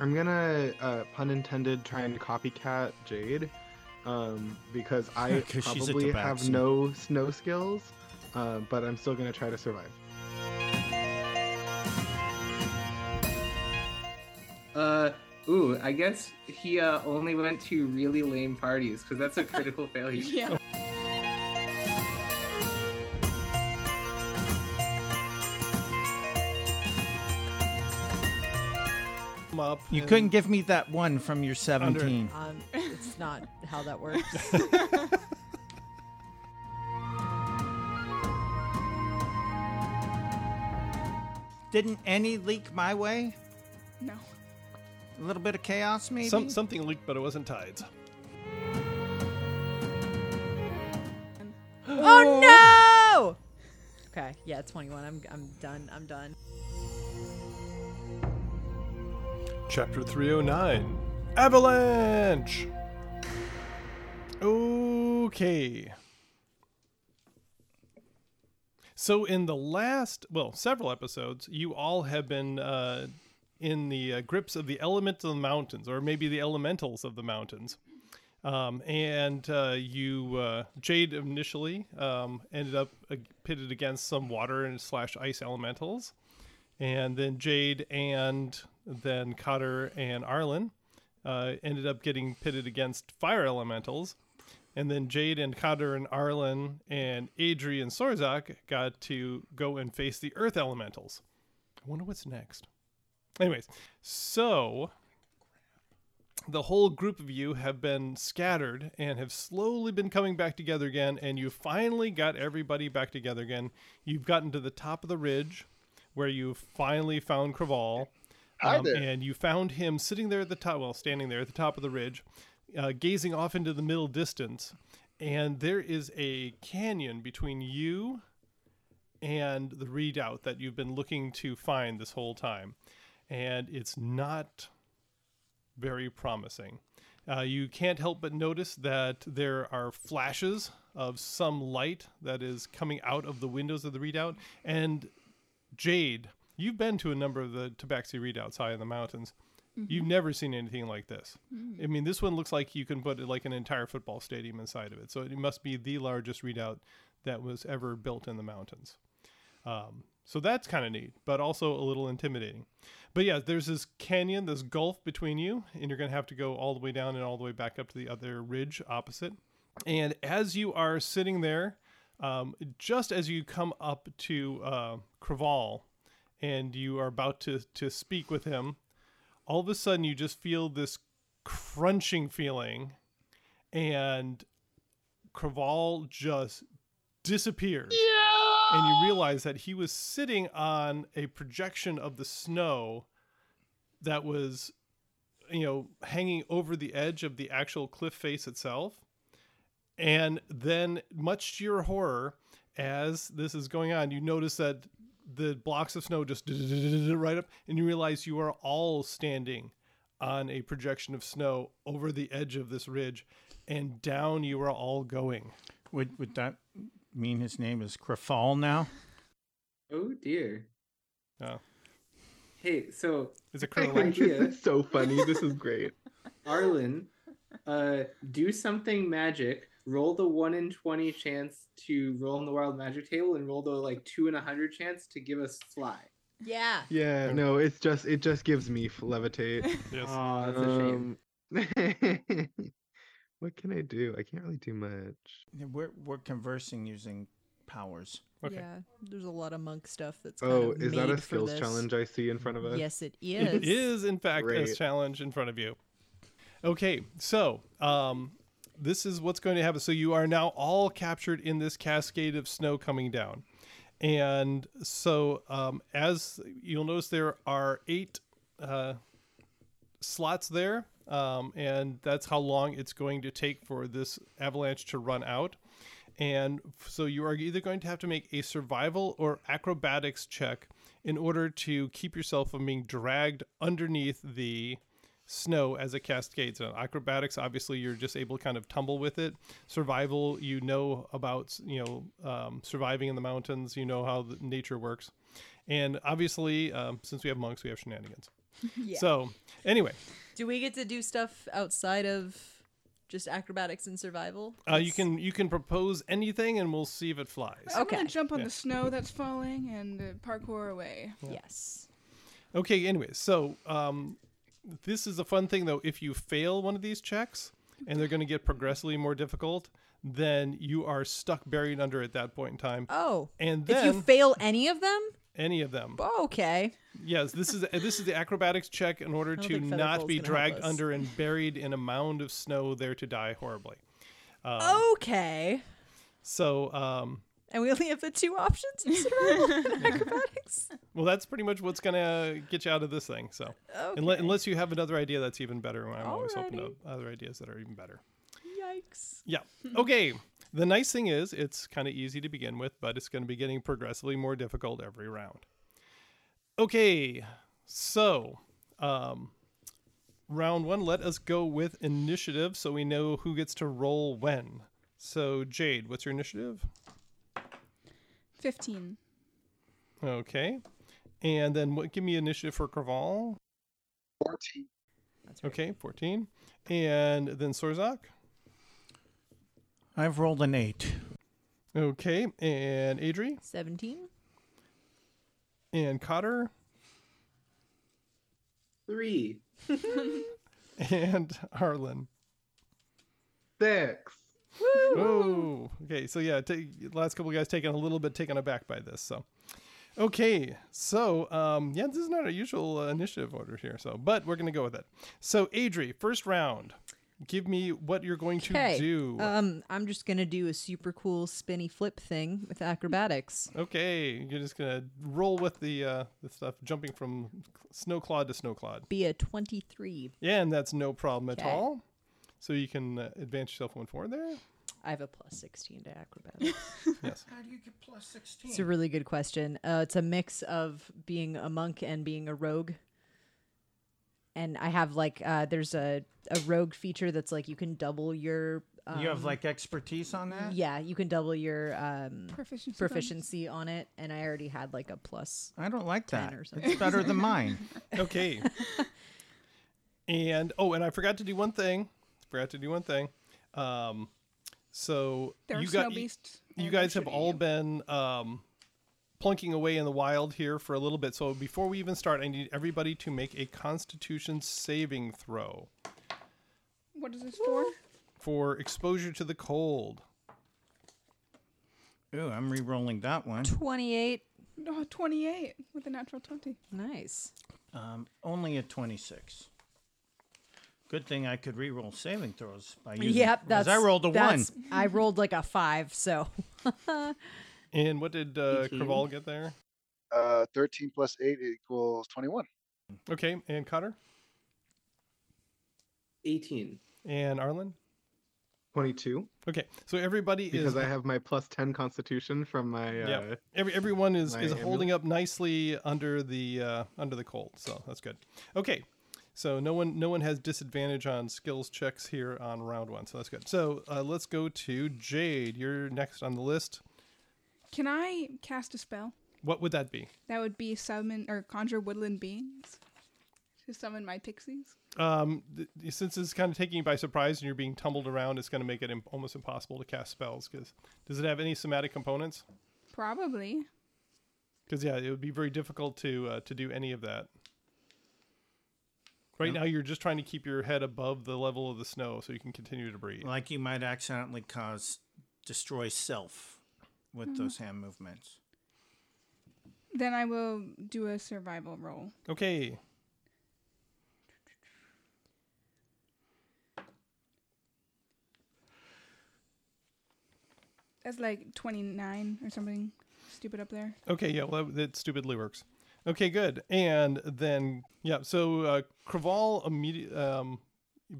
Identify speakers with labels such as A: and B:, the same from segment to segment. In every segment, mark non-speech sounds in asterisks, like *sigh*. A: I'm gonna uh, pun intended try and copycat Jade, um, because I
B: *laughs* 'Cause she's a
A: probably have
B: Tabaxi.
A: no snow skills, uh, but I'm still gonna try to survive.
C: Uh, ooh, I guess he uh, only went to really lame parties because that's a critical failure.
D: Yeah.
B: I'm up.
E: You
B: and-
E: couldn't give me that one from your 17.
D: Um, it's not how that works.
E: Didn't any leak my way?
F: No.
E: A little bit of chaos, maybe?
B: Some, something leaked, but it wasn't tides.
D: oh no! Okay, yeah, 21. I'm I'm done. I'm done.
B: Chapter 309 Avalanche! Okay. So, in the last, well, several episodes, you all have been uh, in the uh, grips of the elements of the mountains, or maybe the elementals of the mountains. Um, and uh, you, uh, Jade initially um, ended up uh, pitted against some water and slash ice elementals and then Jade and then Cotter and Arlen uh, ended up getting pitted against fire elementals. And then Jade and Cotter and Arlen and Adri and Sorzak got to go and face the earth elementals. I wonder what's next. Anyways, so the whole group of you have been scattered and have slowly been coming back together again, and you finally got everybody back together again. You've gotten to the top of the ridge where you finally found Craval.
G: Hi there.
B: And you found him sitting there at the top, well, standing there at the top of the ridge, uh, gazing off into the middle distance. And there is a canyon between you and the readout that you've been looking to find this whole time. And it's not very promising. Uh, you can't help but notice that there are flashes of some light that is coming out of the windows of the readout. And Jade, you've been to a number of the Tabaxi readouts high in the mountains. You've never seen anything like this. I mean, this one looks like you can put like an entire football stadium inside of it. So it must be the largest readout that was ever built in the mountains. Um, so that's kind of neat, but also a little intimidating. But yeah, there's this canyon, this gulf between you, and you're going to have to go all the way down and all the way back up to the other ridge opposite. And as you are sitting there, um, just as you come up to uh, Craval and you are about to, to speak with him, all of a sudden you just feel this crunching feeling, and Craval just disappears and you realize that he was sitting on a projection of the snow that was you know hanging over the edge of the actual cliff face itself and then much to your horror as this is going on you notice that the blocks of snow just *laughs* right up and you realize you are all standing on a projection of snow over the edge of this ridge and down you are all going
E: Would, would that mean his name is Crafal now?
C: Oh dear.
B: Oh.
C: Hey, so
B: it's a
C: Good
A: Like,
B: criminal
C: idea.
A: this is *laughs* so funny. This is great.
C: Arlen, uh, do something magic. Roll the one in twenty chance to roll on the wild magic table, and roll the like two in a hundred chance to give us fly.
D: Yeah.
A: Yeah, no, it's just it just gives me f- levitate.
B: yes.
C: Aw, that's a shame.
A: Um, *laughs* what can I do? I can't really do much.
E: We're, we're conversing using powers.
B: Okay.
D: Yeah. There's a lot of monk stuff that's. Kind
A: Oh,
D: of
A: is that
D: made
A: a
D: for
A: skills
D: this.
A: challenge I see in front of us?
D: Yes, it is.
B: *laughs* It is, in fact, a
A: Great.
B: challenge in front of you. Okay, so um, this is what's going to happen. So you are now all captured in this cascade of snow coming down. And so, um, as you'll notice, there are eight uh, slots there, um, and that's how long it's going to take for this avalanche to run out. And f- so you are either going to have to make a survival or acrobatics check in order to keep yourself from being dragged underneath the snow as it cascades on acrobatics obviously you're just able to kind of tumble with it survival you know about you know um, surviving in the mountains you know how the nature works and obviously um, since we have monks we have shenanigans
D: Yeah.
B: So anyway,
D: do we get to do stuff outside of just acrobatics and survival?
B: uh, you
D: That's-
B: can you can propose anything, and we'll see if it flies.
F: I'm
D: Okay.
F: gonna jump on
B: Yeah.
F: the snow that's falling and uh, parkour away.
D: Yes.
B: Okay. Anyway, so um, this is a fun thing though. If you fail one of these checks, and they're going to get progressively more difficult, then you are stuck buried under at that point in time.
D: Oh.
B: And
D: if
B: then
D: you fail any of them,
B: any of them.
D: okay.
B: Yes, this is this is the acrobatics check in order
D: don't
B: to
D: think feather
B: not
D: ball's
B: be
D: gonna help
B: dragged
D: us.
B: under and buried in a mound of snow there to die horribly. Um,
D: okay.
B: So, um,
D: And we only have the two options in
B: *laughs*
D: survival and acrobatics.
B: well, that's pretty much what's gonna get you out of this thing. So, unless,
D: Okay.
B: unless you have another idea that's even better, I'm always open to
D: Alrighty.
B: other ideas that are even better.
D: Yikes.
B: Yeah. Okay. The nice thing is, it's kind of easy to begin with, but it's going to be getting progressively more difficult every round. Okay. So, um, round one, let us go with initiative so we know who gets to roll when. So, Jade, what's your initiative?
F: Fifteen.
B: Okay. And then what, give me initiative for Craval.
G: 14.
B: Okay, 14. And then Sorzak.
E: I've rolled an eight.
B: Okay. And Adri.
D: 17.
B: And Cotter.
C: Three.
B: *laughs* And Arlen.
A: Six.
B: Whoa. Okay, so yeah, take, last couple guys taken a little bit taken aback by this. So, okay, so um, yeah, this is not our usual uh, initiative order here. So, but we're gonna go with it. So, Adri, first round. Give me what you're going to
D: Okay,
B: do.
D: Um, I'm just gonna do a super cool spinny flip thing with acrobatics.
B: okay, you're just gonna roll with the uh, the stuff, jumping from snow clod to snow clod.
D: Be a 23.
B: Yeah, and that's no problem at
D: Okay.
B: all. So you can uh, advance yourself one forward there.
D: I have a plus 16 to
B: *laughs*
D: acrobatics.
B: Yes.
E: How do you get plus sixteen?
D: it's a really good question. Uh, it's a mix of being a monk and being a rogue. And I have like uh, there's a a rogue feature that's like you can double your. Um,
E: you have like expertise on that?
D: Yeah, you can double your um,
F: Proficiency. bonus.
D: proficiency on it, and I already had like a plus.
E: I don't like
D: 10
E: that.
D: or something.
E: It's better
D: *laughs*
E: than mine.
B: Okay. and oh, and I forgot to do one thing. Forgot to do one thing. Um, so
F: There are
B: you
F: snow
B: got you,
F: beasts.
B: you
F: and they're
B: guys have
F: shooting
B: all
F: you.
B: been um, plunking away in the wild here for a little bit. So before we even start, I need everybody to make a Constitution saving throw
F: What is this for?
B: for exposure to the cold.
E: Ooh, I'm re-rolling that one.
D: 28.
F: Oh, 28 with a natural twenty.
D: Nice.
E: Um, only a twenty-six. Good thing I could re-roll saving throws by using.
D: Yep,
E: 'cause
D: that's
E: I rolled a one.
D: that's- I rolled like a five, so *laughs*
B: And what did uh,
C: Eighteen.
B: Kraval get there?
G: Uh, 13 plus 8 equals 21.
B: Okay, and Cotter
C: 18.
B: and Arlen.
A: 22.
B: Okay, so everybody is
A: Because I have my plus 10 constitution from my. Uh,
B: Yeah. Every, everyone is,
A: My
B: is
A: amulet.
B: holding up nicely under the uh, under the cold, so that's good. Okay, so no one no one has disadvantage on skills checks here on round one, so that's good. So uh, let's go to Jade. You're next on the list.
F: Can I cast a spell?
B: What would that be?
F: That would be summon or conjure woodland beings to summon my pixies.
B: Um, th- since it's kind of taking you by surprise and you're being tumbled around, it's going to make it im- almost impossible to cast spells. Because does it have any somatic components?
F: Probably.
B: Because yeah, it would be very difficult to uh, to do any of that. Right now, you're just trying to keep your head above the level of the snow so you can continue to breathe.
E: Like you might accidentally cause destroy self with
D: Mm-hmm.
E: those hand movements.
F: Then I will do a survival roll.
B: Okay,
F: That's like 29 or something stupid up there.
B: okay, yeah, well, that, that stupidly works. Okay, good. And then yeah, so uh, Kraval immediate um,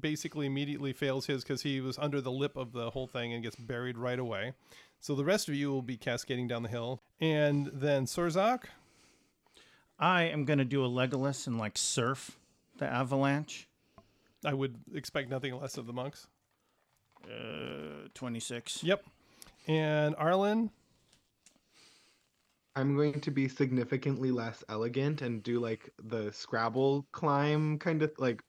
B: basically immediately fails his because he was under the lip of the whole thing and gets buried right away. So the rest of you will be cascading down the hill, and then Sorzak.
E: I am gonna do a Legolas and like surf the avalanche.
B: I would expect nothing less of the monks.
E: Uh, twenty-six.
B: Yep. And Arlen,
A: I'm going to be significantly less elegant and do like the Scrabble climb kind of like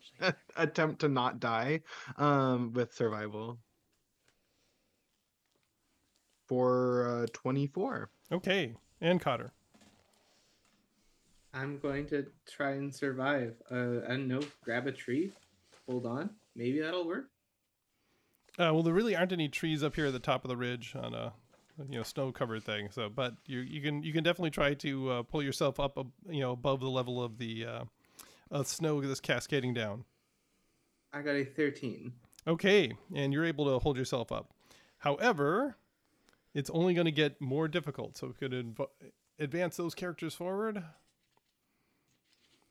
A: *laughs* attempt to not die um, with survival for uh, 24.
B: Okay, and Cotter.
C: I'm going to try and survive. Uh, I don't know. Grab a tree, hold on. Maybe that'll work.
B: Uh, well, there really aren't any trees up here at the top of the ridge on a you know snow-covered thing. So, but you you can you can definitely try to uh, pull yourself up ab- you know above the level of the uh, uh, snow that's cascading down.
C: I got a 13.
B: Okay, and you're able to hold yourself up. However, it's only going to get more difficult. So we could inv- advance those characters forward,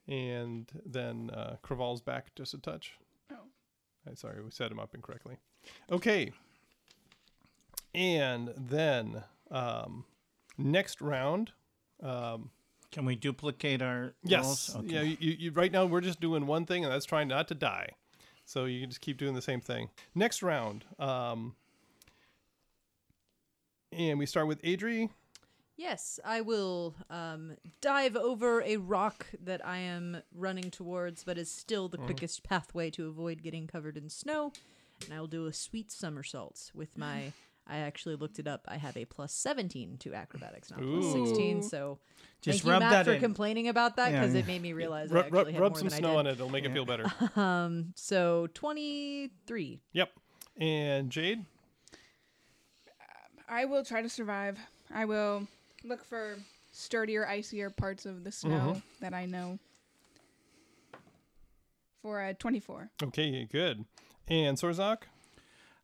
B: and then uh, Craval's back just a touch.
F: Oh.
B: I'm sorry, we set him up incorrectly. Okay, and then um, next round. Um,
E: Can we duplicate our
B: Yes.
E: rolls?
B: Yeah. You, you, right now we're just doing one thing, and that's trying not to die. So you can just keep doing the same thing. Next round. Um, and we start with Adri.
D: Yes, I will um, dive over a rock that I am running towards, but is still
E: Mm-hmm.
D: the quickest pathway to avoid getting covered in snow. And I will do a sweet somersault with my. I actually looked it up. I have a plus 17 to acrobatics, not plus 16.
F: Ooh.
D: So
E: Just
D: thank you,
E: rub
D: Matt,
E: that
D: for
E: in.
D: complaining about that
E: Yeah,
D: because
E: yeah.
D: it made me realize I
B: Rub,
D: actually
B: rub,
D: had
B: rub
D: more
B: some
D: than I
B: snow on
D: did.
B: it. It'll make it feel better.
D: *laughs* Um, so 23.
B: yep. And Jade.
F: I will try to survive. I will look for sturdier, icier parts of the snow
B: Mm-hmm.
F: that I know. For uh, 24.
B: Okay. Good. And Sorzak.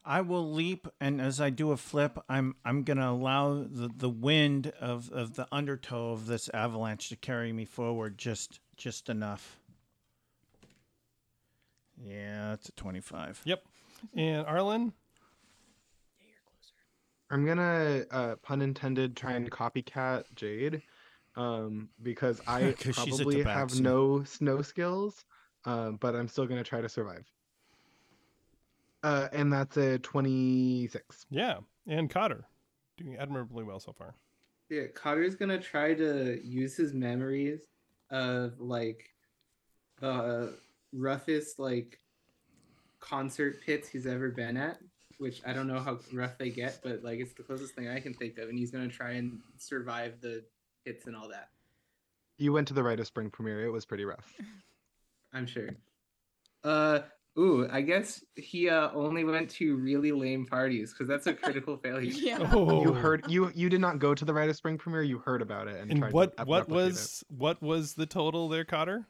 E: I will leap, and as I do a flip, I'm I'm gonna allow the, the wind of, of the undertow of this avalanche to carry me forward just just enough. Yeah, it's a twenty-five.
B: Yep. And Arlen.
A: I'm gonna uh, pun intended try and copycat Jade, um, because I
E: *laughs* 'Cause she's at the
A: probably
E: back,
A: have
E: so-
A: no snow skills, um, but I'm still gonna try to survive. Uh, and that's a 26.
B: Yeah. And Cotter. Doing admirably well so
D: *laughs*
B: far.
C: Yeah, Cotter's gonna try to use his memories of like the roughest like concert pits he's ever been at, which I don't know how rough they get, but like it's the closest thing I can think of, and he's gonna try and survive the hits and all that.
A: You went to the Rite of Spring premiere. It was pretty rough.
C: I'm sure. Uh, ooh, I guess he uh, only went to really lame parties because that's a critical failure.
F: *laughs* Yeah.
B: Oh.
A: You heard you you did not go to the Rite of Spring premiere. You heard about it and, tried
B: And
A: to
B: what
A: ep-
B: what
A: replicate it.
B: was what was the total there, Cotter?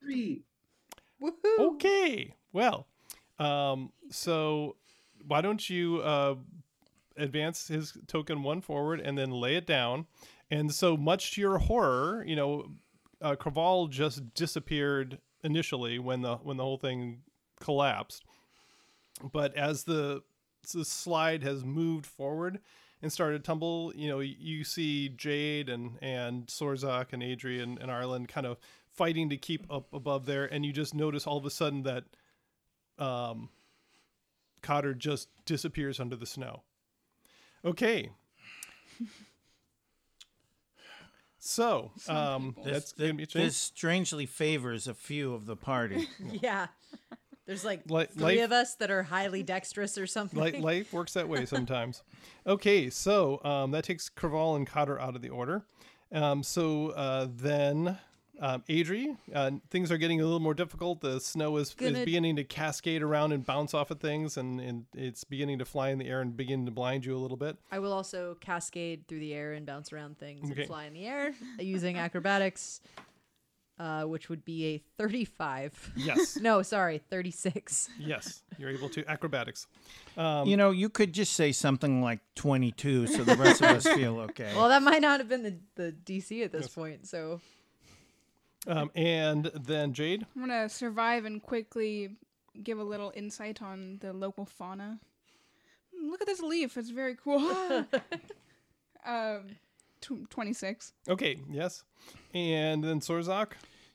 C: Three.
F: Woohoo!
B: Okay. Well, um, so why don't you uh, advance his token one forward and then lay it down? And so, much to your horror, you know, uh, Craval just disappeared initially when the when the whole thing collapsed. But as the the slide has moved forward and started to tumble, you know, you see Jade and and Sorzak and Adrian and Ireland kind of fighting to keep up above there, and you just notice all of a sudden that um, Cotter just disappears under the snow. Okay. So um,
F: people.
B: that's
E: Th-
B: going to be a change.
E: This strangely favors a few of the *laughs* party.
D: Yeah. There's like
B: Li-
D: three
B: life-
D: of us that are highly dexterous or something. *laughs*
B: Li- life works that way sometimes. okay, so um, that takes Craval and Cotter out of the order. Um, so uh, then, um, Adri, uh, things are getting a little more difficult. The snow is, is
D: Gonna-
B: beginning to cascade around and bounce off of things, and, and it's beginning to fly in the air and begin to blind you a little bit.
D: I will also cascade through the air and bounce around things
B: Okay.
D: and fly in the air uh, using acrobatics, uh, which would be a 35.
B: Yes,
D: no, sorry, 36.
B: *laughs* yes, you're able to acrobatics. Um,
E: you know, you could just say something like twenty-two, so the rest of us feel *laughs* okay.
D: Well, that might not have been the, the DC at this point, so
B: Um, and then Jade,
F: I'm gonna survive and quickly give a little insight on the local fauna. Mm, Look at this leaf; it's very cool. *laughs* um, tw- twenty-six.
B: okay, yes, and then Sorzak.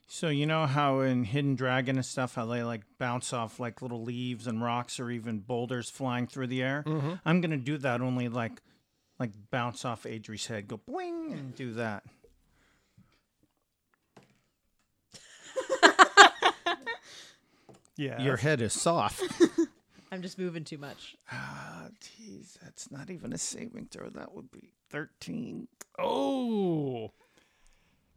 E: So you know how in Hidden Dragon and stuff, how they like bounce off like little Mm-hmm. leaves and rocks or even boulders flying through the air. I'm gonna do that only like like bounce off Adri's head, go bling, and do that.
B: Yeah.
E: Your head is soft.
D: I'm just moving too much.
E: *laughs* Ah, jeez, that's not even a saving throw. That would be thirteen.
B: Oh.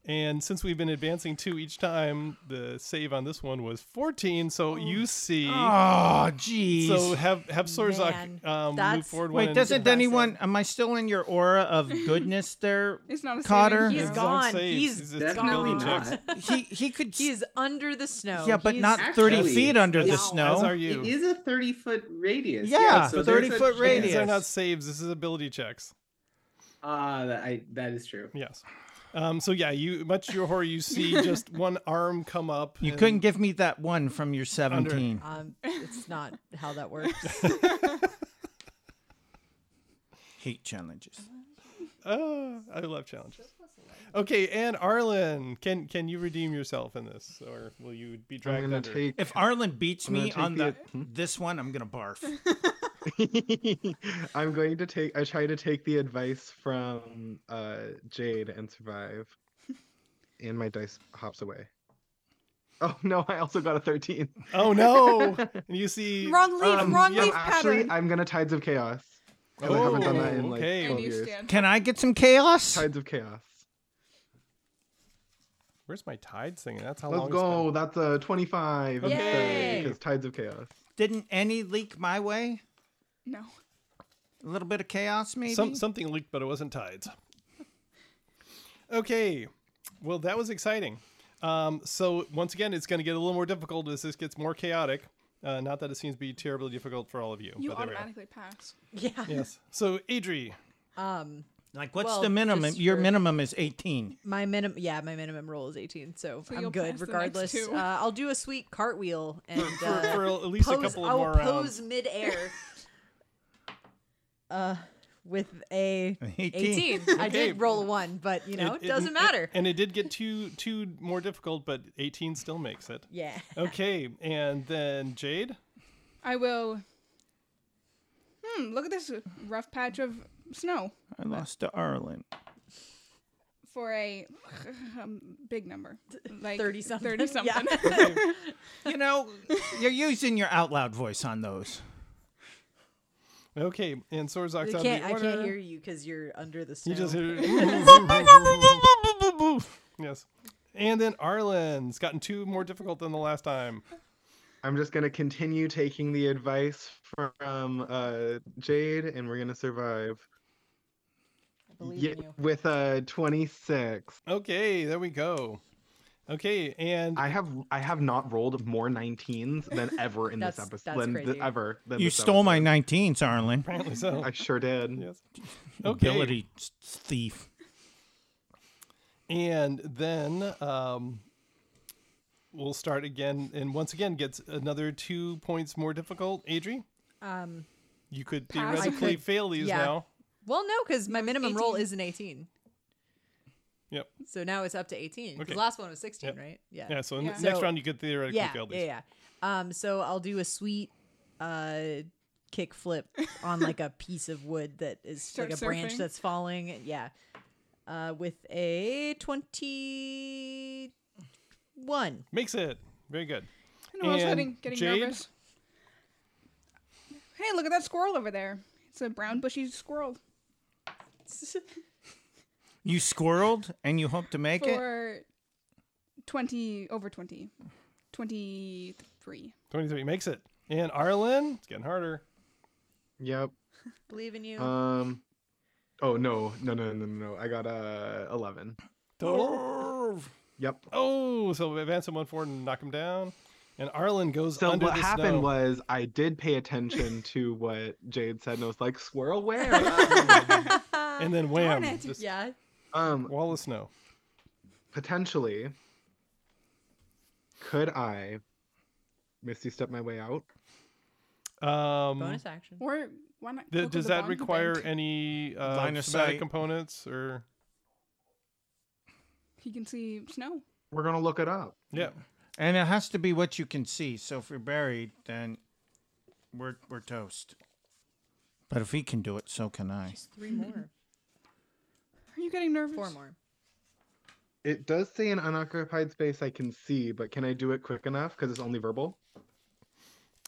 B: And since we've been advancing two each time, the save on this one was 14. So you see.
E: Oh, jeez.
B: So have have Sorzak
D: Man,
B: um, move
D: that's-
B: forward. one
E: Wait,
B: and-
E: doesn't
D: depressing.
E: anyone? Am I still in your aura of goodness? There, *laughs*
F: It's not a
E: Cotter.
F: Saving
D: He's
F: throw.
B: Zorg
D: gone.
B: saves.
D: He's
B: He's a
C: Definitely
B: ability check.
C: not.
E: he he
D: *laughs*
E: could.
D: He is under the snow.
E: yeah, but
D: He is-
E: not thirty
C: actually-
E: feet under the
D: Wow.
B: As are
E: snow.
B: you.
C: It is a 30 foot radius.
E: Yeah,
C: there's
E: 30
C: a
E: foot
C: chance-
B: These are
E: radius.
B: not saves. This is ability checks.
C: Ah, that, I, that is true.
B: Yes. Um, so yeah, you much to your horror, you see just one arm come up.
E: You
B: and-
E: couldn't give me that one from your seventeen.
D: Um, it's not how that
B: *laughs*
D: works.
E: Hate challenges.
B: Ah, I love challenges. Okay, and Arlen, can can you redeem yourself in this, or will you be
A: I'm
B: dragged
A: gonna
B: under?
A: take.
E: If Arlen beats
A: I'm gonna
E: me on the
A: take
E: this one, I'm gonna barf.
A: *laughs*
D: *laughs*
A: I'm going to take. I try to take the advice from uh, Jade and survive. And my dice hops away. Oh no! I also got a thirteen.
B: Oh no! And you see,
F: Wrong leaf,
B: Um,
F: wrong
B: yeah,
F: leaf
A: Actually,
F: pattern.
A: I'm gonna Tides of Chaos. 'cause
B: oh,
A: I haven't done that in like
B: okay.
A: 12
F: and you
A: years.
F: stand.
E: Can I get some chaos?
A: Tides of Chaos.
B: Where's my tides thing? That's how
A: Let's go.
B: long.
A: That's a 25.
B: Okay.
D: Yay.
A: Because Tides of Chaos.
E: Didn't any leak my way?
F: No.
E: A little bit of chaos, maybe.
B: It's been. Some, something leaked, but it wasn't tides.
D: *laughs*
B: Okay, well that was exciting. Um, so once again, it's going to get a little more difficult as this gets more chaotic. Uh, not that it seems to be terribly difficult for all of you.
F: You
B: but there we are.
D: *laughs*
F: automatically pass.
D: yeah.
B: Yes. So, Adri,
D: Um,
E: like, what's
D: Well,
E: the minimum?
D: just
E: Your
D: for-
E: minimum is eighteen.
D: my minimum, yeah, my minimum roll is 18, so,
F: So
D: I'm
F: you'll
D: good
F: pass the next
D: regardless.
F: two.
D: Uh, I'll do a sweet
B: *laughs*
D: cartwheel and
B: for,
D: uh,
B: for at least
D: pose.
B: a couple of
D: I'll
B: more
D: pose
B: rounds. *laughs*
D: midair. uh, with a
E: 18.
D: 18. I
B: Okay.
D: did roll a one, but you know,
B: It-
D: it, doesn't
B: it-
D: matter.
B: and it did get two two more difficult, but 18 still makes it.
D: yeah. *laughs*
B: Okay, and then Jade.
F: I will. Hmm. Look at this rough patch of snow
E: I lost to
D: *laughs*
E: Arlen.
F: for a *sighs* um, big number, like
D: 30 something.
F: Thirty something. *laughs*
D: Yeah.
E: You know, you're using your out loud voice on
D: *laughs*
E: those.
B: Okay, and Sorzak's
D: I
B: out of
D: can't,
B: the
D: I
B: order.
D: can't hear you because you're under the snow.
B: You
D: *laughs*
B: just hear. yes. And then Arlen's gotten two more difficult than the last time.
A: I'm just gonna continue taking the advice from uh, Jade, and we're gonna survive.
D: I believe
A: Ye-
D: in you.
A: With uh, a 26,
B: Okay, there we go. Okay, and
A: I have I have not rolled more 19s than
D: *laughs*
A: ever in this
D: That's-
A: episode.
D: that's
A: than th-
D: crazy.
A: ever. than
E: You
A: this
E: stole my
A: episode.
E: 19s, Arlen.
B: apparently so.
A: I sure did.
B: yes. Okay.
E: Ability s- thief.
B: And then um, we'll start again, and once again gets another two points more difficult. Adri,
D: Um,
B: you could
F: Pass.
B: theoretically
D: I could-
B: fail these
D: yeah.
B: now.
D: well, no, because my
F: No, it's
D: minimum roll
F: 18.
D: is an 18.
B: Yep.
D: So now it's up to 18. Because
B: Okay.
D: last one was 16,
B: Yep.
D: right? Yeah.
B: Yeah. So n-
F: Yeah.
B: next
D: So-
B: round, you could theoretically
D: yeah,
B: fail these.
D: yeah, yeah. Um, so I'll do a sweet uh, kick flip on like a piece of wood that is
F: Start
D: like a branch
F: surfing.
D: that's falling. Yeah. Uh, with a 21.
B: Makes it very good.
F: I know I was
B: And
F: getting, getting
B: Jade?
F: nervous. Hey, look at that squirrel over there. It's a brown bushy squirrel.
E: You squirreled and you hope to make it?
F: For 20, over 20. 23.
B: Twenty-three makes it. And Arlen, it's getting harder.
A: Yep.
D: Believe in you.
B: Uh,
D: *laughs*
A: Um. Oh no no no no no! no. I got a 11.
B: Total.
A: Yep.
B: Oh, so advance him one forward and knock him down. And Arlen goes
A: So
B: under
A: what
B: the
A: happened
B: snow.
A: was I did pay attention to what Jade said, and I was like, "Squirrel,
B: *laughs*
A: where?"
B: and then wham,
F: it.
B: just
D: yeah.
A: um,
B: wall of snow.
A: potentially, could I, Misty, step my way out?
B: Um,
D: Bonus action.
F: Or why not?
B: Th-
F: look at
B: does
F: the
B: that
F: bong you
B: require
F: banged?
B: any uh,
E: Line of
B: somatic
E: sight.
B: components or?
F: He can see snow.
A: We're gonna look it up.
B: Yeah.
E: And it has to be what you can see. So if you're buried, then we're, we're toast. But if he can do it, so can I.
D: Just three more.
F: you getting nervous?
D: Four more.
A: It does say an unoccupied space I can see, but can I do it quick enough? Because it's only verbal.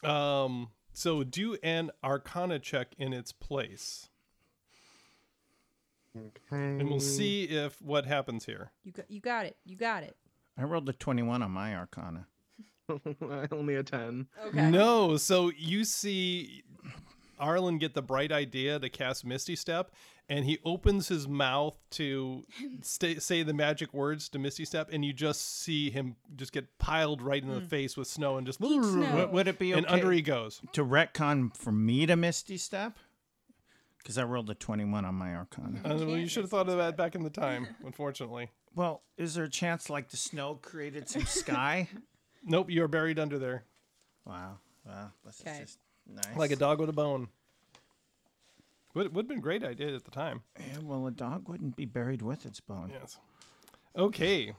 B: Um, so do an Arcana check in its place,
A: Okay.
B: and we'll
A: *laughs*
E: Mm.
B: see if what happens here.
D: You got, you got it. You got it.
E: I rolled a 21 on my arcana.
A: only a ten.
D: Okay.
B: No, so you see Arlen get the bright idea to cast Misty Step, and he opens his mouth to sta say the magic words to Misty Step, and you just see him just get piled right in the face with snow and just
F: snow.
E: Would it be okay
B: *laughs* and under he goes.
E: to retcon for me to Misty Step? Because I rolled a 21 on my arcana.
B: And well, you should have thought of that back in the time, unfortunately.
E: Well, is there a chance like the snow created some sky?
B: Nope, you're buried under there
E: wow. Wow. This is
D: Okay.
E: just nice.
B: like a dog with a bone. Would would have been a great idea at the time.
E: Yeah, well, a dog wouldn't be buried with its bone.
B: Yes. Okay.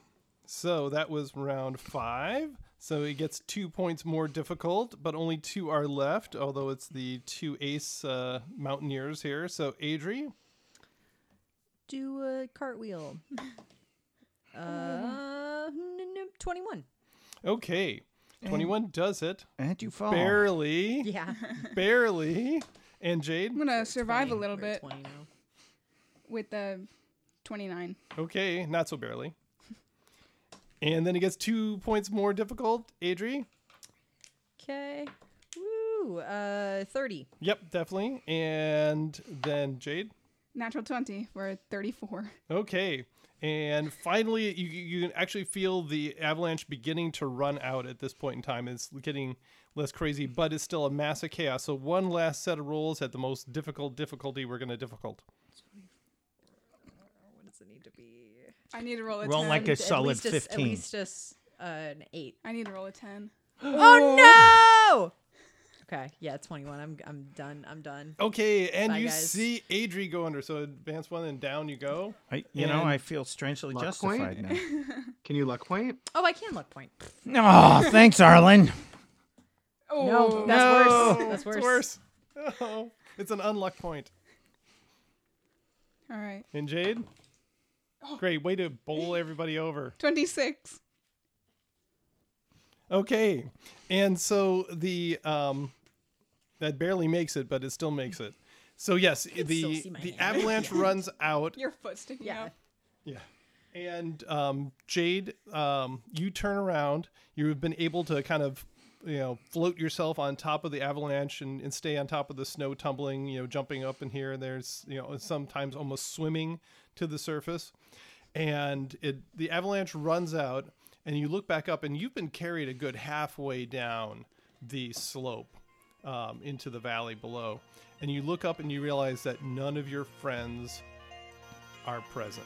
B: So that was round five. So it gets two points more difficult, but only two are left, although it's the two ace uh, mountaineers here. So, Adri,
D: Do a *laughs* cartwheel. uh, n- n- *laughs* 21.
B: okay. 21 does it.
E: And you fall.
B: Barely.
D: Yeah.
B: Barely. And Jade,
F: I'm gonna survive a little
D: We're at
F: bit
D: 20 now.
F: with the 29.
B: okay. Not so barely. And then it gets two points more difficult. Adri,
D: Okay. Woo. Uh, 30.
B: yep, definitely. And then Jade.
F: Natural 20 for 34.
B: Okay. And finally, you, you can actually feel the avalanche beginning to run out at this point in time. It's getting less crazy, but it's still a massive chaos. So, one last set of rolls at the most difficult difficulty we're going to difficult.
D: What does it need to be?
F: I need to roll a
E: Roll
F: 10.
E: like a
D: At
E: solid
D: least a s-
E: 15.
D: At least a s- uh, an 8.
F: I need to roll a 10.
D: Oh, no! Okay. Yeah, 21. I'm, I'm done. I'm done.
B: Okay. And
D: Bye,
B: you
D: guys.
B: see Adri go under. So, advance one and down you go.
E: I, you know,
B: And-
E: I feel strangely
A: Luck
E: justified
A: point? Can you luck point?
D: Oh, I can luck point.
E: now. *laughs* oh, thanks, Arlen.
F: Oh,
D: No, that's worse. That's
B: *laughs*
D: worse.
B: It's worse. Oh, it's an unluck point.
F: all right.
B: And Jade? Great. Way to bowl everybody over.
F: 26.
B: Okay, and so the um, that barely makes it, but it still makes it. So yes,
D: still
B: the
D: see my
B: the
D: hand. *laughs*
B: avalanche runs out.
F: Your foot sticking
D: Yeah.
F: out.
B: Yeah, and um, Jade, um, you turn around. You have been able to kind of you know float yourself on top of the avalanche and, and stay on top of the snow tumbling. You know, jumping up in here and there's you know sometimes almost swimming to the surface, and it the avalanche runs out. And you look back up, and you've been carried a good halfway down the slope um, into the valley below. And you look up and you realize that none of your friends are present.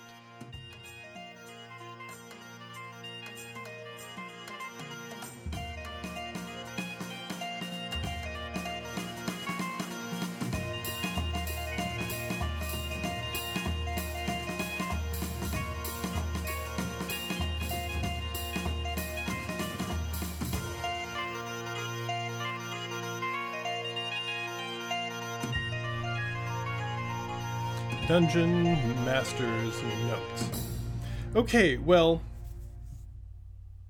B: Dungeon Masters Notes. Okay, well,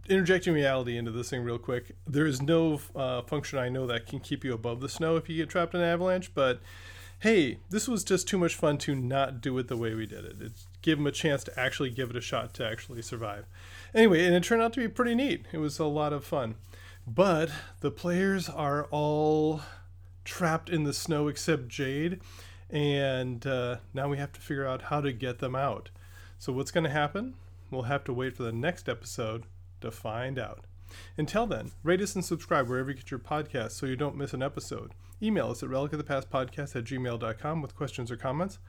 B: interjecting reality into this thing real quick. There is no uh, function I know that can keep you above the snow if you get trapped in an avalanche, but hey, this was just too much fun to not do it the way we did it. it give them a chance to actually give it a shot to actually survive. Anyway, and it turned out to be pretty neat. It was a lot of fun. But the players are all trapped in the snow except Jade, and uh, now we have to figure out how to get them out. So, what's going to happen? We'll have to wait for the next episode to find out. Until then, rate us and subscribe wherever you get your podcasts so you don't miss an episode. Email us at relicofthepastpodcast at gmail.com with questions or comments.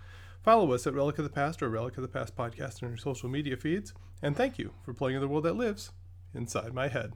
B: Follow us at Relic of the Past or Relic of the Past Podcast on your social media feeds. And thank you for playing in the world that lives inside my head.